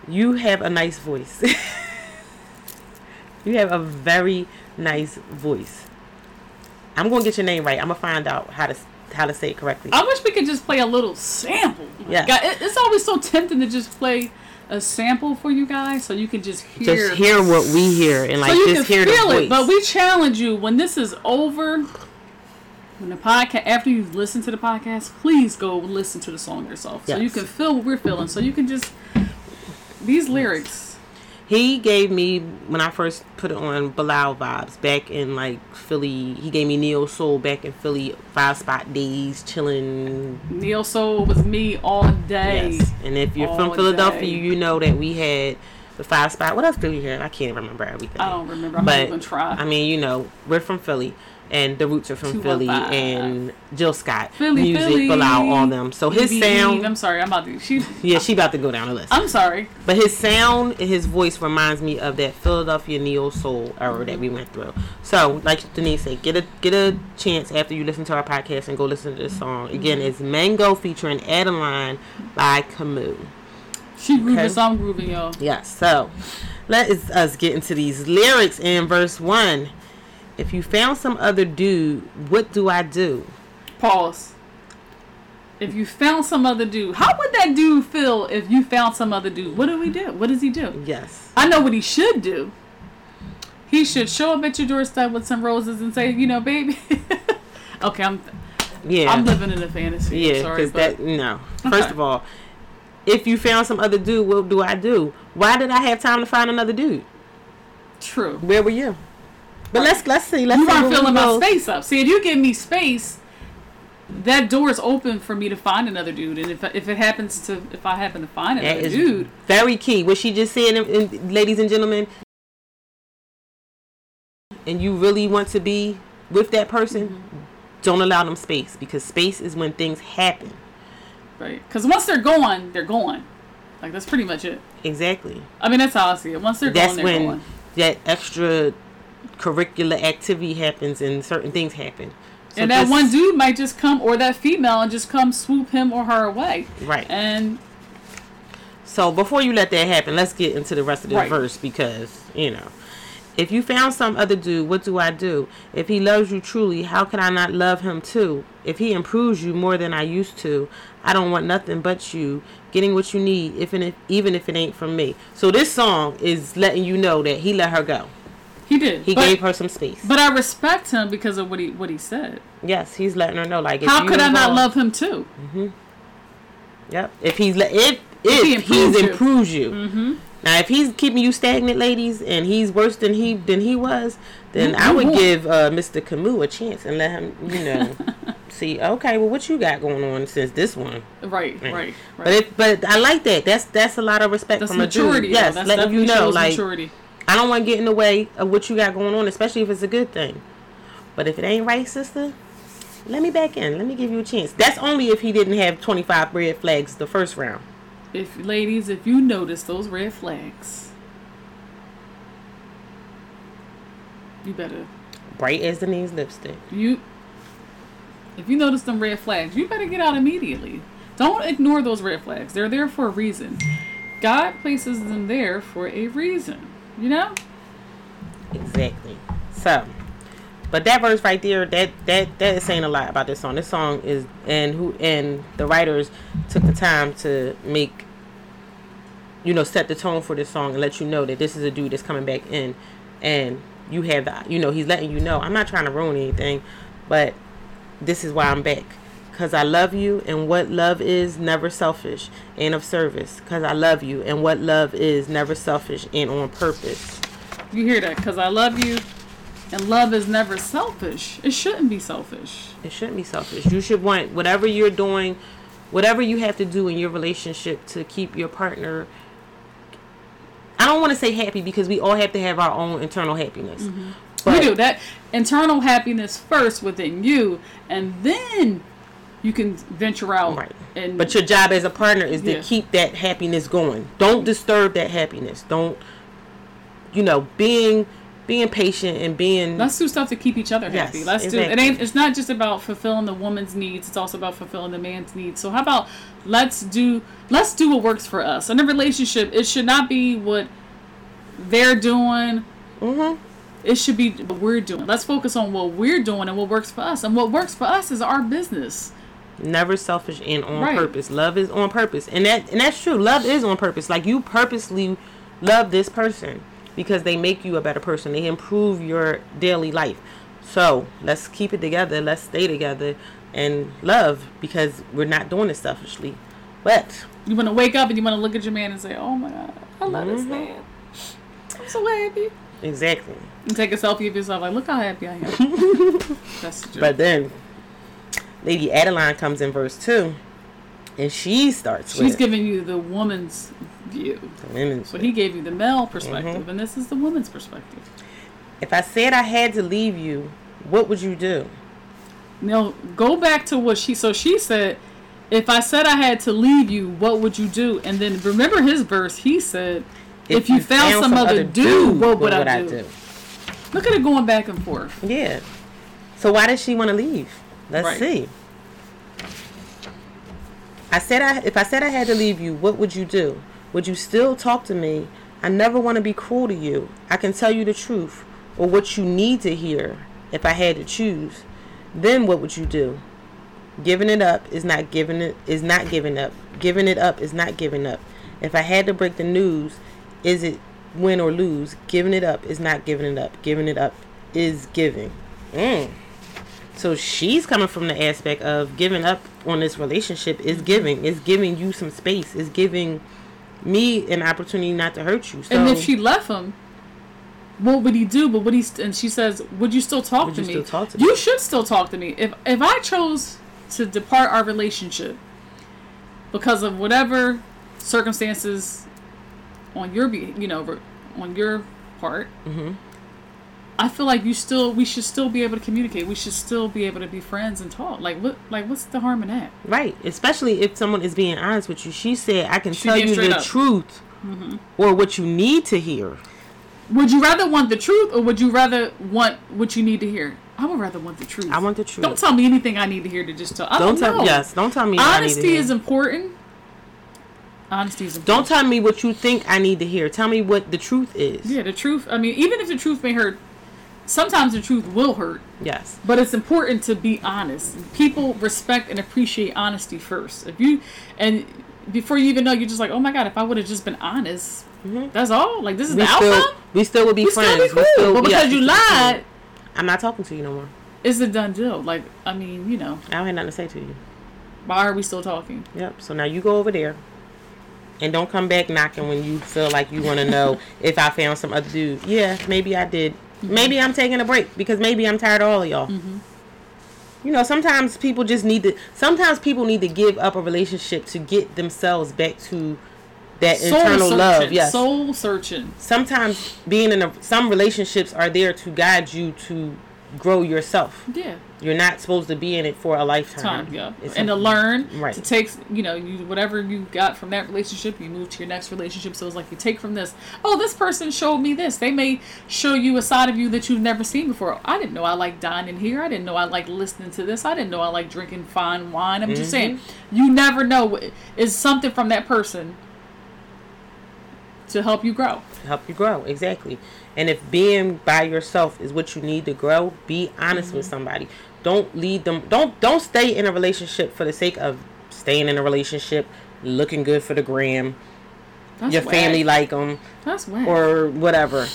[SPEAKER 2] you have a nice voice. you have a very nice voice. I'm gonna get your name right. I'm gonna find out how to s- how to say it correctly.
[SPEAKER 3] I wish we could just play a little sample. Oh my
[SPEAKER 2] Yeah.
[SPEAKER 3] God, it- it's always so tempting to just play a sample for you guys, so you can just hear.
[SPEAKER 2] just hear what we hear and like
[SPEAKER 3] so you
[SPEAKER 2] just
[SPEAKER 3] can
[SPEAKER 2] hear
[SPEAKER 3] feel
[SPEAKER 2] the
[SPEAKER 3] it.
[SPEAKER 2] voice.
[SPEAKER 3] But we challenge you when this is over, when the podcast after you've listened to the podcast, please go listen to the song yourself, so you
[SPEAKER 2] Yes.
[SPEAKER 3] can feel what we're feeling. So you can just these lyrics.
[SPEAKER 2] He gave me when I first put it on Bilal vibes back in like Philly. He gave me neo soul back in Philly five spot days, chilling,
[SPEAKER 3] Neo Soul was me all day.
[SPEAKER 2] Yes. And if you're from
[SPEAKER 3] All
[SPEAKER 2] Philadelphia,
[SPEAKER 3] day.
[SPEAKER 2] you know that we had the five spot. What else do we have? I can't remember everything.
[SPEAKER 3] I don't remember. I'm
[SPEAKER 2] But,
[SPEAKER 3] not gonna try.
[SPEAKER 2] I mean, you know, we're from Philly. And the roots are from Philly
[SPEAKER 3] 215.
[SPEAKER 2] and Jill Scott.
[SPEAKER 3] Philly,
[SPEAKER 2] music,
[SPEAKER 3] Philly.
[SPEAKER 2] Bilal, all them. So his
[SPEAKER 3] BB, I'm
[SPEAKER 2] sound,
[SPEAKER 3] sorry. I'm about to. She.
[SPEAKER 2] yeah, she about to go down the list.
[SPEAKER 3] I'm sorry.
[SPEAKER 2] But his sound and his voice reminds me of that Philadelphia neo soul era that we went through. So, like Denise said, get a get a chance after you listen to our podcast and go listen to this song. Again, it's Mango featuring Adeline by Camus.
[SPEAKER 3] She grooving.
[SPEAKER 2] Okay.
[SPEAKER 3] So I'm grooving, y'all.
[SPEAKER 2] Yes. So let us- us get into these lyrics in verse one. If you found some other dude, what do I do?
[SPEAKER 3] Pause. If you found some other dude, how would that dude feel if you found some other dude? What do we do? What does he do?
[SPEAKER 2] Yes.
[SPEAKER 3] I know what he should do. He should show up at your doorstep with some roses and say, you know, baby. okay, I'm
[SPEAKER 2] Yeah.
[SPEAKER 3] I'm living in a fantasy. I'm
[SPEAKER 2] yeah.
[SPEAKER 3] sorry,
[SPEAKER 2] Because
[SPEAKER 3] but
[SPEAKER 2] that no. First
[SPEAKER 3] Okay.
[SPEAKER 2] of all, if you found some other dude, what do I do? Why did I have time to find another dude?
[SPEAKER 3] true.
[SPEAKER 2] Where were you? But let's let's see. Let's
[SPEAKER 3] You
[SPEAKER 2] see
[SPEAKER 3] are
[SPEAKER 2] where we
[SPEAKER 3] filling my
[SPEAKER 2] go.
[SPEAKER 3] space up. See, if you give me space, that door is open for me to find another dude. And if if it happens to if I happen to find
[SPEAKER 2] That
[SPEAKER 3] another
[SPEAKER 2] is
[SPEAKER 3] dude,
[SPEAKER 2] very key. What she just said, in, in, ladies and gentlemen, and you really want to be
[SPEAKER 3] Mm-hmm.
[SPEAKER 2] with that person, don't allow them space because space is when things happen.
[SPEAKER 3] right? Because once they're gone, they're gone. Like that's pretty much it.
[SPEAKER 2] Exactly.
[SPEAKER 3] I mean, that's how I see it. Once they're
[SPEAKER 2] That's
[SPEAKER 3] gone, they're
[SPEAKER 2] when
[SPEAKER 3] gone.
[SPEAKER 2] that extra curricular activity happens and certain things happen. So
[SPEAKER 3] and that
[SPEAKER 2] this-
[SPEAKER 3] one dude might just come, or that female, and just come swoop him or her away.
[SPEAKER 2] Right.
[SPEAKER 3] And
[SPEAKER 2] So before you let that happen, let's get into the rest of the
[SPEAKER 3] Right.
[SPEAKER 2] verse because, you know, if you found some other dude, what do I do? If he loves you truly, how can I not love him too? If he improves you more than I used to, I don't want nothing but you getting what you need, if and if, even if it ain't from me. So this song is letting you know that he let her go.
[SPEAKER 3] he did.
[SPEAKER 2] He
[SPEAKER 3] but,
[SPEAKER 2] gave her some space.
[SPEAKER 3] But I respect him because of what he what he said.
[SPEAKER 2] yes, he's letting her know like if
[SPEAKER 3] How
[SPEAKER 2] you
[SPEAKER 3] could I not
[SPEAKER 2] involved-
[SPEAKER 3] love him too?
[SPEAKER 2] Yep. If he's le- if
[SPEAKER 3] he
[SPEAKER 2] if,
[SPEAKER 3] improves
[SPEAKER 2] he's
[SPEAKER 3] you. Mm-hmm.
[SPEAKER 2] improves you. Now, if he's keeping you stagnant, ladies, and he's worse than he than he was, then
[SPEAKER 3] You-
[SPEAKER 2] I
[SPEAKER 3] you
[SPEAKER 2] would
[SPEAKER 3] won't.
[SPEAKER 2] give uh, Mr. Camus a chance and let him, you know, see. Okay, well, what you got going on since this one?
[SPEAKER 3] Right, right, right.
[SPEAKER 2] But if but I like that. That's that's a lot of respect
[SPEAKER 3] that's
[SPEAKER 2] from a
[SPEAKER 3] maturity.
[SPEAKER 2] dude.
[SPEAKER 3] though.
[SPEAKER 2] Yes,
[SPEAKER 3] that's
[SPEAKER 2] letting you
[SPEAKER 3] definitely
[SPEAKER 2] know,
[SPEAKER 3] shows
[SPEAKER 2] like
[SPEAKER 3] maturity.
[SPEAKER 2] I don't want to get in the way of what you got going on, especially if it's a good thing. But if it ain't right, sister, let me back in. Let me give you a chance. That's only if he didn't have twenty five red flags the first round.
[SPEAKER 3] If ladies, if you notice those red flags, you better
[SPEAKER 2] bright as the needs lipstick.
[SPEAKER 3] you if you notice them red flags, you better get out immediately. Don't ignore those red flags. They're there for a reason. God places them there for a reason. You know?
[SPEAKER 2] Exactly. So, but that verse right there, that that that is saying a lot about this song. This song is and who and the writers took the time to make you know set the tone for this song and let you know that this is a dude that's coming back in and you have the you know he's letting you know I'm not trying to ruin anything, but this is why I'm back. Cause I love you and what love is never selfish and of service. Cause I love you and what love is never selfish and on purpose.
[SPEAKER 3] You hear that? Because I love you. And love is never selfish. It shouldn't be selfish.
[SPEAKER 2] It shouldn't be selfish. You should want whatever you're doing, whatever you have to do in your relationship to keep your partner. I don't want to say happy because we all have to have our own internal happiness. But
[SPEAKER 3] we do that internal happiness first within you, and then you can venture out.
[SPEAKER 2] Right.
[SPEAKER 3] And
[SPEAKER 2] But your job as a partner is to
[SPEAKER 3] Yeah.
[SPEAKER 2] keep that happiness going. Don't disturb that happiness. Don't, you know, being being patient and being
[SPEAKER 3] let's do stuff to keep each other
[SPEAKER 2] Yes,
[SPEAKER 3] happy. let's do it
[SPEAKER 2] exactly.
[SPEAKER 3] ain't it's not just about fulfilling the woman's needs, it's also about fulfilling the man's needs. So how about let's do let's do what works for us. In a relationship, it should not be what they're doing.
[SPEAKER 2] Mhm.
[SPEAKER 3] It should be what we're doing. Let's focus on what we're doing and what works for us. And what works for us is our business.
[SPEAKER 2] never selfish and on
[SPEAKER 3] Right.
[SPEAKER 2] purpose. Love is on purpose, and that and that's true. Love is on purpose. Like you purposely love this person because they make you a better person. They improve your daily life. So let's keep it together. Let's stay together and love because we're not doing it selfishly. But
[SPEAKER 3] You want to wake up and you want to look at your man and say, "Oh my God, I love this man. I'm so happy."
[SPEAKER 2] exactly.
[SPEAKER 3] And take a selfie of yourself, like, "Look how happy I am." That's the joke.
[SPEAKER 2] But then Lady Adeline comes in verse two, and she starts.
[SPEAKER 3] She's
[SPEAKER 2] with
[SPEAKER 3] giving you the woman's view,
[SPEAKER 2] women's
[SPEAKER 3] so he gave you the male perspective, and this is the woman's perspective.
[SPEAKER 2] If I said I had to leave you, what would you do?
[SPEAKER 3] Now go back to what she. So she said, "If I said I had to leave you, what would you do?" And then remember his verse. He said, "If, you, found, some, other dude, what would I, do? Look at it going back and forth.
[SPEAKER 2] Yeah. So why does she want to leave? Let's
[SPEAKER 3] Right.
[SPEAKER 2] see. I said I if I said I had to leave you, what would you do? Would you still talk to me? I never want to be cruel to you. I can tell you the truth or what you need to hear if I had to choose. Then what would you do? Giving it up is not giving it is not giving up. Giving it up is not giving up. If I had to break the news, is it win or lose? Giving it up is not giving it up. Giving it up is giving. Mm. So she's coming from the aspect of giving up on this relationship is giving. Is giving you some space. Is giving me an opportunity not to hurt you. So
[SPEAKER 3] and if she left him, what would he do? But what he st- and she says, "Would you still talk
[SPEAKER 2] Would
[SPEAKER 3] to
[SPEAKER 2] you
[SPEAKER 3] me?
[SPEAKER 2] still talk to
[SPEAKER 3] you
[SPEAKER 2] me?"
[SPEAKER 3] should still talk to me. If if I chose to depart our relationship because of whatever
[SPEAKER 2] Mm-hmm.
[SPEAKER 3] circumstances on your be you know re- on your part, I feel like you still we should still be able to communicate. We should still be able to be friends and talk. Like what like what's the harm in that?
[SPEAKER 2] Right. Especially if someone is being honest with you. She said, I can
[SPEAKER 3] She
[SPEAKER 2] tell
[SPEAKER 3] did
[SPEAKER 2] you
[SPEAKER 3] straight
[SPEAKER 2] the
[SPEAKER 3] up. Mm-hmm.
[SPEAKER 2] truth or what you need to hear.
[SPEAKER 3] Would you rather want the truth or would you rather want what you need to hear? I would rather want the truth.
[SPEAKER 2] I want the truth.
[SPEAKER 3] Don't tell me anything I need to hear to just tell. I
[SPEAKER 2] Don't
[SPEAKER 3] don't,
[SPEAKER 2] tell
[SPEAKER 3] know.
[SPEAKER 2] yes, don't tell me what I need to
[SPEAKER 3] Oh, Honesty
[SPEAKER 2] hear.
[SPEAKER 3] is important. Honesty is important.
[SPEAKER 2] Don't tell me what you think I need to hear. Tell me what the truth is.
[SPEAKER 3] Yeah, the truth. I mean, even if the truth may hurt, sometimes the truth will hurt.
[SPEAKER 2] Yes.
[SPEAKER 3] But it's important to be honest. People respect and appreciate honesty first. If you and before you even know, you're just like, oh my god, if I would have just been honest, that's all. Like this is
[SPEAKER 2] Mm-hmm. We
[SPEAKER 3] the
[SPEAKER 2] still,
[SPEAKER 3] outcome.
[SPEAKER 2] we still would be
[SPEAKER 3] We
[SPEAKER 2] friends.
[SPEAKER 3] still be
[SPEAKER 2] We
[SPEAKER 3] cool.
[SPEAKER 2] still-
[SPEAKER 3] but because
[SPEAKER 2] yes,
[SPEAKER 3] you
[SPEAKER 2] we still be cool.
[SPEAKER 3] lied,
[SPEAKER 2] I'm not talking to you no more.
[SPEAKER 3] it's a done deal. Like I mean, you know,
[SPEAKER 2] I don't have nothing to say to you.
[SPEAKER 3] why are we still talking?
[SPEAKER 2] Yep. So now you go over there, and don't come back knocking when you feel like you want to know if I found some other dude. Yeah, maybe I did. Maybe I'm taking a break because maybe I'm tired of all of y'all.
[SPEAKER 3] Mm-hmm.
[SPEAKER 2] You know, sometimes people just need to. Sometimes people need to give up a relationship to get themselves back to that internal
[SPEAKER 3] searching,
[SPEAKER 2] love. Yes.
[SPEAKER 3] soul searching.
[SPEAKER 2] sometimes being in a, some relationships are there to guide you to grow yourself.
[SPEAKER 3] Yeah,
[SPEAKER 2] You're not supposed to be in it for a lifetime.
[SPEAKER 3] time. Yeah,
[SPEAKER 2] Uh-huh. It's
[SPEAKER 3] and to
[SPEAKER 2] something-
[SPEAKER 3] learn
[SPEAKER 2] Right.
[SPEAKER 3] to take. You know, you whatever you got from that relationship, you move to your next relationship. So it's like you take from this. Oh, this person showed me this. They may show you a side of you that you've never seen before. I didn't know I like dining here. I didn't know I like listening to this. I didn't know I like drinking fine wine. I'm just saying,
[SPEAKER 2] Mm-hmm.
[SPEAKER 3] you never know. what- Is something from that person to help you grow.
[SPEAKER 2] help you grow exactly and if being by yourself is what you need to grow be honest
[SPEAKER 3] Mm-hmm.
[SPEAKER 2] with somebody don't lead them don't don't stay in a relationship for the sake of staying in a relationship looking good for the gram
[SPEAKER 3] That's
[SPEAKER 2] your
[SPEAKER 3] whack.
[SPEAKER 2] family like them
[SPEAKER 3] That's whack.
[SPEAKER 2] or whatever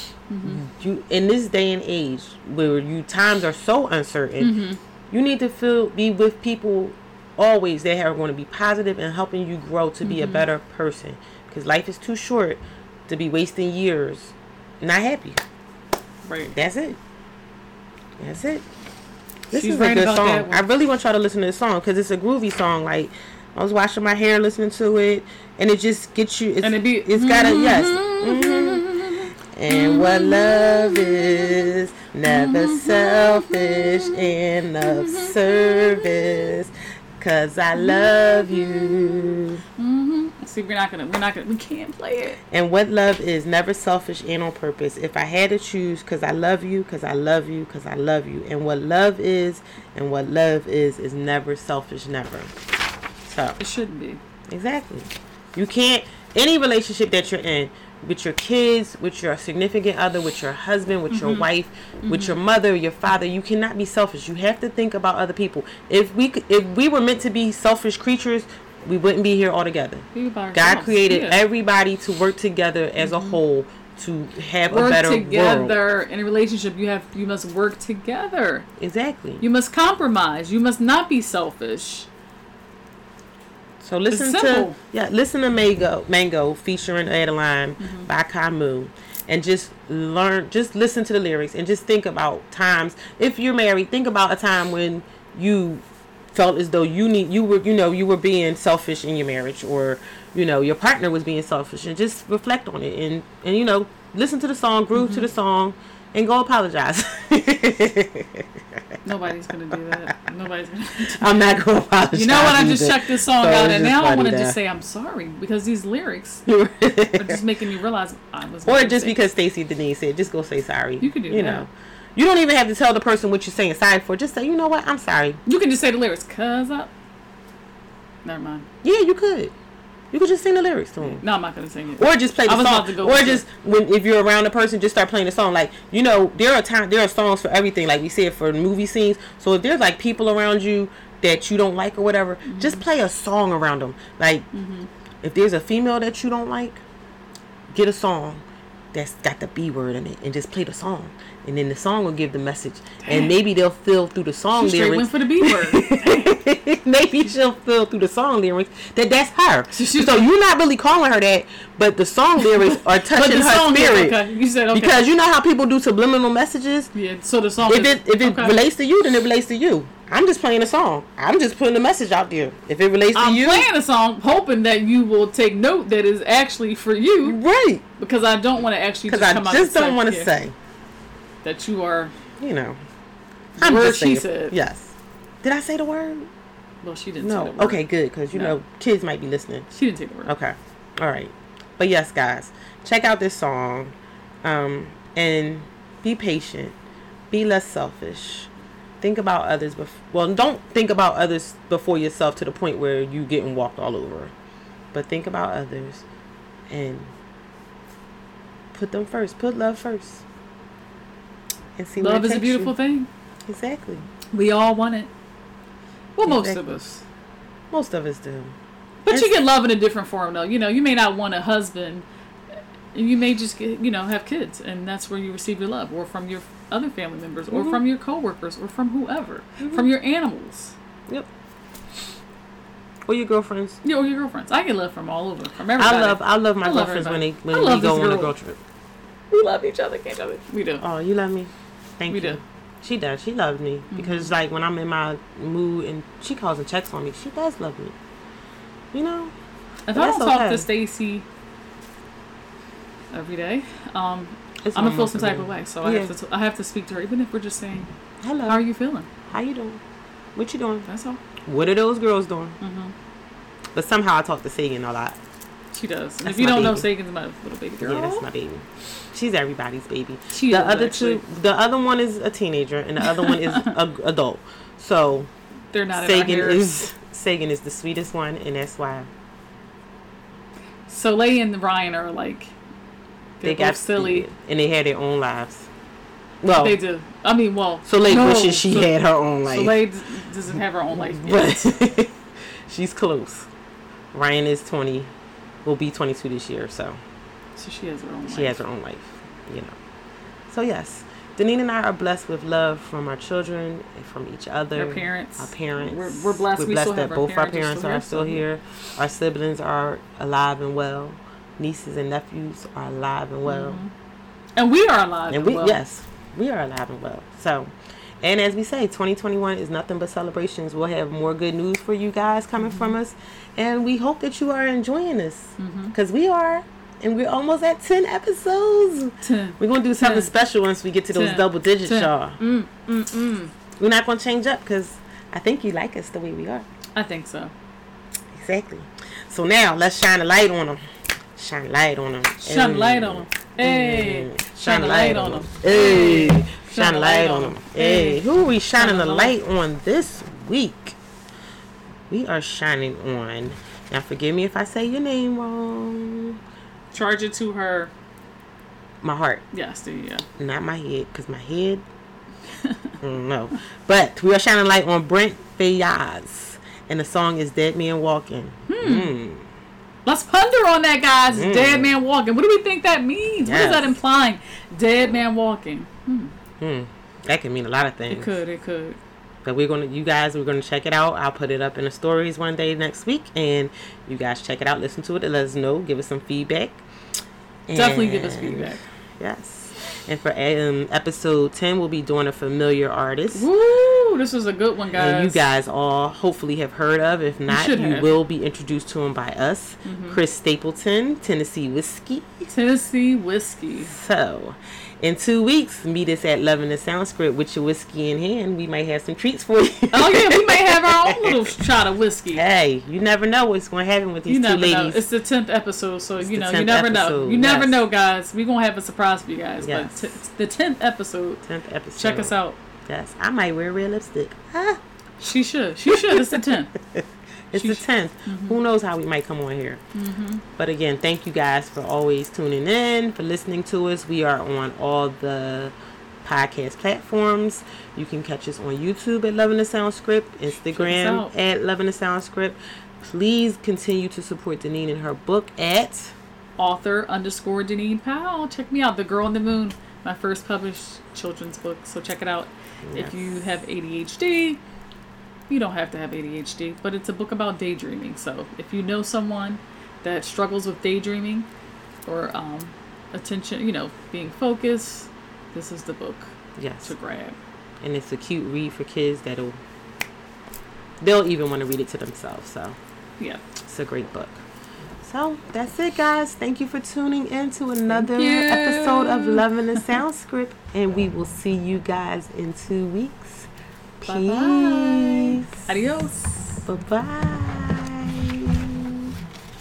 [SPEAKER 2] you in this day and age where you times are so uncertain you need to feel be with people always that are going to be positive and helping you grow to be a better person because life is too short to be wasting years not happy
[SPEAKER 3] right.
[SPEAKER 2] that's it that's it this
[SPEAKER 3] She's
[SPEAKER 2] is a
[SPEAKER 3] right
[SPEAKER 2] good
[SPEAKER 3] about that
[SPEAKER 2] song
[SPEAKER 3] one.
[SPEAKER 2] i really want y'all to listen to this song because it's a groovy song like i was washing my hair listening to it and it just gets you it's,
[SPEAKER 3] And it be- Mm-hmm.
[SPEAKER 2] it's got a yes mhm. and what love is never
[SPEAKER 3] Mm-hmm.
[SPEAKER 2] selfish and of service cause i love you
[SPEAKER 3] See, we're not gonna. We're not gonna. We can't play it.
[SPEAKER 2] and what love is never selfish and on purpose. If I had to choose, because I love you, because I love you, because I love you. And what love is, and what love is, is never selfish, never. So,
[SPEAKER 3] It shouldn't be.
[SPEAKER 2] exactly. You can't, any relationship that you're in, with your kids, with your significant other, with your husband, with your wife, with your mother, your father, you cannot be selfish. You have to think about other people. If we c- if we were meant to be selfish creatures, we wouldn't be here all together.
[SPEAKER 3] We by
[SPEAKER 2] God
[SPEAKER 3] ourselves.
[SPEAKER 2] created
[SPEAKER 3] Yeah. Mm-hmm.
[SPEAKER 2] everybody to work together as a whole to have a
[SPEAKER 3] work
[SPEAKER 2] better world.
[SPEAKER 3] together in a relationship you have you must work together
[SPEAKER 2] Exactly.
[SPEAKER 3] you must compromise you must not be selfish
[SPEAKER 2] so listen to
[SPEAKER 3] simple.
[SPEAKER 2] yeah, listen to Mango Mango featuring Adeline
[SPEAKER 3] Mm-hmm.
[SPEAKER 2] by Kamu and just learn just listen to the lyrics and just think about times if you're married, think about a time when you felt as though you need you were you know you were being selfish in your marriage or you know your partner was being selfish and just reflect on it and and you know listen to the song groove to the
[SPEAKER 3] Mm-hmm.
[SPEAKER 2] song and go apologize
[SPEAKER 3] nobody's gonna do that nobody's gonna
[SPEAKER 2] I'm not going to apologize.
[SPEAKER 3] you know what i just
[SPEAKER 2] either.
[SPEAKER 3] checked this song
[SPEAKER 2] So
[SPEAKER 3] out
[SPEAKER 2] it's just
[SPEAKER 3] and now i
[SPEAKER 2] funny
[SPEAKER 3] want to
[SPEAKER 2] that-
[SPEAKER 3] just say i'm sorry because these lyrics are just making me realize i was
[SPEAKER 2] or
[SPEAKER 3] making
[SPEAKER 2] just
[SPEAKER 3] mistakes.
[SPEAKER 2] because Stacey Denise said, just go say sorry.
[SPEAKER 3] You can do
[SPEAKER 2] You
[SPEAKER 3] that.
[SPEAKER 2] know, you don't even have to tell the person what you're saying sorry for. Just say, you know what, I'm sorry.
[SPEAKER 3] you can just say the lyrics cuz i never mind
[SPEAKER 2] Yeah, you could. You could just sing the lyrics to them.
[SPEAKER 3] no i'm not gonna sing it
[SPEAKER 2] Or just play
[SPEAKER 3] I
[SPEAKER 2] the
[SPEAKER 3] was about
[SPEAKER 2] song,
[SPEAKER 3] to go
[SPEAKER 2] or
[SPEAKER 3] with
[SPEAKER 2] just when if you're around a person, just start playing the song. Like you know, there are time, there are songs for everything. Like we said for movie scenes. So if there's like people around you that you don't like or whatever,
[SPEAKER 3] Mm-hmm.
[SPEAKER 2] just play a song around them. Like if there's a female that you don't like, get a song that's got the B word in it and just play the song. And then the song will give the message. And
[SPEAKER 3] Dang.
[SPEAKER 2] maybe they'll feel through the song
[SPEAKER 3] she straight
[SPEAKER 2] lyrics.
[SPEAKER 3] went for the b word
[SPEAKER 2] maybe she'll feel through the song lyrics that that's her.
[SPEAKER 3] So she-
[SPEAKER 2] so you're not really calling her that, but the song lyrics are
[SPEAKER 3] but
[SPEAKER 2] touching
[SPEAKER 3] the
[SPEAKER 2] her
[SPEAKER 3] song is
[SPEAKER 2] spirit.
[SPEAKER 3] okay you said okay
[SPEAKER 2] Because you know how people do subliminal messages?
[SPEAKER 3] yeah so the song
[SPEAKER 2] If
[SPEAKER 3] is,
[SPEAKER 2] it if it
[SPEAKER 3] okay.
[SPEAKER 2] relates to you, then it relates to you. I'm just playing a song. I'm just putting a message out there. If it relates to
[SPEAKER 3] I'm
[SPEAKER 2] you,
[SPEAKER 3] playing a song hoping that you will take note that is actually for you
[SPEAKER 2] right?
[SPEAKER 3] because I don't want to actually
[SPEAKER 2] Because
[SPEAKER 3] just come
[SPEAKER 2] I
[SPEAKER 3] out
[SPEAKER 2] just
[SPEAKER 3] and
[SPEAKER 2] don't want to
[SPEAKER 3] yeah.
[SPEAKER 2] say.
[SPEAKER 3] that you are.
[SPEAKER 2] You know.
[SPEAKER 3] The
[SPEAKER 2] I'm
[SPEAKER 3] word
[SPEAKER 2] just
[SPEAKER 3] she
[SPEAKER 2] saying-
[SPEAKER 3] said.
[SPEAKER 2] Yes. Did I say the word?
[SPEAKER 3] Well, she didn't. say
[SPEAKER 2] No.
[SPEAKER 3] the word.
[SPEAKER 2] Okay, good, because you
[SPEAKER 3] No.
[SPEAKER 2] know kids might be listening.
[SPEAKER 3] She didn't take the word.
[SPEAKER 2] Okay. All right. But yes, guys, check out this song um, and be patient. Be less selfish. Think about others. Bef- well, don't think about others before yourself to the point where you getting walked all over. But think about others and put them first. Put love first. And see where it
[SPEAKER 3] Love is a
[SPEAKER 2] takes you.
[SPEAKER 3] beautiful thing.
[SPEAKER 2] Exactly.
[SPEAKER 3] We all want it. Well, most of
[SPEAKER 2] Exactly.
[SPEAKER 3] us.
[SPEAKER 2] Most of us do.
[SPEAKER 3] But you
[SPEAKER 2] It's-
[SPEAKER 3] get love in a different form, though. You know, you may not want a husband, and you may just get, you know have kids, and that's where you receive your love, or from your other family members, or
[SPEAKER 2] Mhm.
[SPEAKER 3] from your coworkers, or from whoever,
[SPEAKER 2] Mm-hmm.
[SPEAKER 3] from your animals,
[SPEAKER 2] Yep. Or your girlfriends.
[SPEAKER 3] you know, or your girlfriends. I get love from all over, from everybody.
[SPEAKER 2] I love I love my
[SPEAKER 3] I love
[SPEAKER 2] girlfriends when they
[SPEAKER 3] everybody.
[SPEAKER 2] when
[SPEAKER 3] I
[SPEAKER 2] we
[SPEAKER 3] love
[SPEAKER 2] go
[SPEAKER 3] this
[SPEAKER 2] on a
[SPEAKER 3] girl.
[SPEAKER 2] girl trip.
[SPEAKER 3] we love each other, can't we? We do.
[SPEAKER 2] Oh, you love me. Thank
[SPEAKER 3] we
[SPEAKER 2] you.
[SPEAKER 3] do. Mm-hmm.
[SPEAKER 2] She does. She loves me because like when I'm in my mood and she calls and checks on me, she does love me. You know.
[SPEAKER 3] If I
[SPEAKER 2] that's
[SPEAKER 3] don't talk
[SPEAKER 2] okay.
[SPEAKER 3] to Stacy every day, um,
[SPEAKER 2] It's normal
[SPEAKER 3] I'm gonna feel
[SPEAKER 2] for
[SPEAKER 3] some type
[SPEAKER 2] me.
[SPEAKER 3] of way. So I
[SPEAKER 2] Yeah. Oh.
[SPEAKER 3] have to t- I have to speak to her, even if we're just saying,
[SPEAKER 2] Hello.
[SPEAKER 3] "How are you feeling?"
[SPEAKER 2] How you doing? What you doing?
[SPEAKER 3] That's all.
[SPEAKER 2] What are those girls doing?
[SPEAKER 3] Mm-hmm.
[SPEAKER 2] But somehow I talk to Sagan a lot.
[SPEAKER 3] She does. And
[SPEAKER 2] That's
[SPEAKER 3] if you
[SPEAKER 2] my
[SPEAKER 3] don't know,
[SPEAKER 2] baby.
[SPEAKER 3] Sagan's my little baby girl.
[SPEAKER 2] Yeah, that's my baby. She's everybody's baby.
[SPEAKER 3] She
[SPEAKER 2] the
[SPEAKER 3] is,
[SPEAKER 2] other
[SPEAKER 3] actually.
[SPEAKER 2] two, the other one is a teenager and the other one is a adult. So
[SPEAKER 3] They're not
[SPEAKER 2] Sagan
[SPEAKER 3] in our hairs.
[SPEAKER 2] is Sagan is the sweetest one, and that's why
[SPEAKER 3] So Lay and Ryan are like
[SPEAKER 2] they
[SPEAKER 3] they're
[SPEAKER 2] got
[SPEAKER 3] both silly.
[SPEAKER 2] defeated, and they had their own lives. Well,
[SPEAKER 3] They do. I mean, well,
[SPEAKER 2] so Lay
[SPEAKER 3] no,
[SPEAKER 2] wishes she
[SPEAKER 3] so,
[SPEAKER 2] had her own life,
[SPEAKER 3] So Lay d- doesn't have her own life. Yet.
[SPEAKER 2] but she's close. Ryan is twenty, will be twenty-two this year, so
[SPEAKER 3] So she has her own.
[SPEAKER 2] she
[SPEAKER 3] life.
[SPEAKER 2] has her own life, you know. So yes, Danine and I are blessed with love from our children and from each other.
[SPEAKER 3] Her parents.
[SPEAKER 2] our parents.
[SPEAKER 3] We're, we're blessed. we still
[SPEAKER 2] that
[SPEAKER 3] have our
[SPEAKER 2] both our
[SPEAKER 3] parents
[SPEAKER 2] parents
[SPEAKER 3] are
[SPEAKER 2] are
[SPEAKER 3] still
[SPEAKER 2] still here. Our siblings are alive and well. Nieces and nephews are alive and well.
[SPEAKER 3] Mm. And we are alive.
[SPEAKER 2] And we
[SPEAKER 3] well.
[SPEAKER 2] yes, we are alive and well. So, and as we say, 2021 is nothing but celebrations. We'll have more good news for you guys coming from
[SPEAKER 3] Mm-hmm.
[SPEAKER 2] us, and we hope that you are enjoying this because we are, and we're almost at 10 episodes.
[SPEAKER 3] Ten.
[SPEAKER 2] We're gonna do something
[SPEAKER 3] Ten.
[SPEAKER 2] special once we get to those
[SPEAKER 3] Ten.
[SPEAKER 2] double digits,
[SPEAKER 3] Ten.
[SPEAKER 2] y'all.
[SPEAKER 3] Mm, mm, mm.
[SPEAKER 2] We're not gonna change up because I think you like us the way we are.
[SPEAKER 3] I think so.
[SPEAKER 2] Exactly. So now let's shine a light on them. Shine a light on Mm. them.
[SPEAKER 3] Shine a light on them. Hey,
[SPEAKER 2] Mm.
[SPEAKER 3] shine a light on them.
[SPEAKER 2] Hey,
[SPEAKER 3] Shine
[SPEAKER 2] shine
[SPEAKER 3] a
[SPEAKER 2] a
[SPEAKER 3] light
[SPEAKER 2] light
[SPEAKER 3] on
[SPEAKER 2] on
[SPEAKER 3] 'em.
[SPEAKER 2] them. Hey, who are we shining
[SPEAKER 3] Shine a
[SPEAKER 2] the
[SPEAKER 3] light.
[SPEAKER 2] light on this week? We are shining on. Now, forgive me if I say your name wrong.
[SPEAKER 3] Charge it to her.
[SPEAKER 2] My heart,
[SPEAKER 3] Yes, there you go.
[SPEAKER 2] not my head, because my head. I don't know. But we are shining a light on Brent Fayaz. And the song is Dead Man Walking. Mm.
[SPEAKER 3] Let's ponder on that, guys.
[SPEAKER 2] Mm.
[SPEAKER 3] Dead man walking. What do we think that means? What is
[SPEAKER 2] Yes.
[SPEAKER 3] that implying? Dead man walking. Hmm.
[SPEAKER 2] Hmm. That can mean a lot of things.
[SPEAKER 3] It could. It could.
[SPEAKER 2] But we're gonna, you guys, we're gonna check it out. I'll put it up in the stories one day next week, and you guys check it out, listen to it, and let us know, give us some feedback.
[SPEAKER 3] Definitely give us
[SPEAKER 2] And-
[SPEAKER 3] feedback.
[SPEAKER 2] Yes. And for um, episode ten, we'll be doing a familiar artist,
[SPEAKER 3] Woo! This was a good one, guys.
[SPEAKER 2] and you guys all hopefully have heard of. If not,
[SPEAKER 3] should
[SPEAKER 2] you,
[SPEAKER 3] have. Mm-hmm.
[SPEAKER 2] will be introduced to him by us, Chris Stapleton, Tennessee Whiskey.
[SPEAKER 3] Tennessee whiskey.
[SPEAKER 2] So, in two weeks, meet us at Loving the Sound Script with your whiskey in hand. We might have some treats for you.
[SPEAKER 3] Oh yeah, we may have our own little shot of whiskey.
[SPEAKER 2] Hey, you never know what's going to happen with these
[SPEAKER 3] you
[SPEAKER 2] two
[SPEAKER 3] never
[SPEAKER 2] ladies.
[SPEAKER 3] know. It's the tenth episode, so you
[SPEAKER 2] the
[SPEAKER 3] know you
[SPEAKER 2] 10th
[SPEAKER 3] never know.
[SPEAKER 2] episode,
[SPEAKER 3] You never
[SPEAKER 2] yes.
[SPEAKER 3] know, guys. We are gonna have a surprise for you guys.
[SPEAKER 2] Yes.
[SPEAKER 3] But t- the tenth episode.
[SPEAKER 2] 10th episode.
[SPEAKER 3] Check us out.
[SPEAKER 2] Yes, I might wear red lipstick. Ah,
[SPEAKER 3] She should. She should. It's the tenth.
[SPEAKER 2] it's the 10th.
[SPEAKER 3] Mm-hmm.
[SPEAKER 2] Who knows how we might come on here. But again, thank you guys for always tuning in, for listening to us. We are on all the podcast platforms. You can catch us on YouTube at Loving the Sound Script,
[SPEAKER 3] out.
[SPEAKER 2] Instagram at Loving the Sound Script. Please continue to support Deneen in her book at
[SPEAKER 3] author underscore Deneen Powell. Check me out, The Girl in the Moon, my first published children's book. So check it out.
[SPEAKER 2] Yes.
[SPEAKER 3] If you have ADHD, you don't have to have ADHD, but it's a book about daydreaming. So if you know someone that struggles with daydreaming or um, attention, you know, being focused, this is the book
[SPEAKER 2] yes,
[SPEAKER 3] to grab.
[SPEAKER 2] and it's a cute read for kids that'll they'll even want to read it to themselves. So
[SPEAKER 3] Yeah.
[SPEAKER 2] It's a great book. So that's it, guys. Thank you for tuning in to another
[SPEAKER 3] Thank you.
[SPEAKER 2] episode of Loving the Sound Script, and we will see you guys in two weeks.
[SPEAKER 3] Bye-bye.
[SPEAKER 2] Peace.
[SPEAKER 3] Adios.
[SPEAKER 2] Bye bye.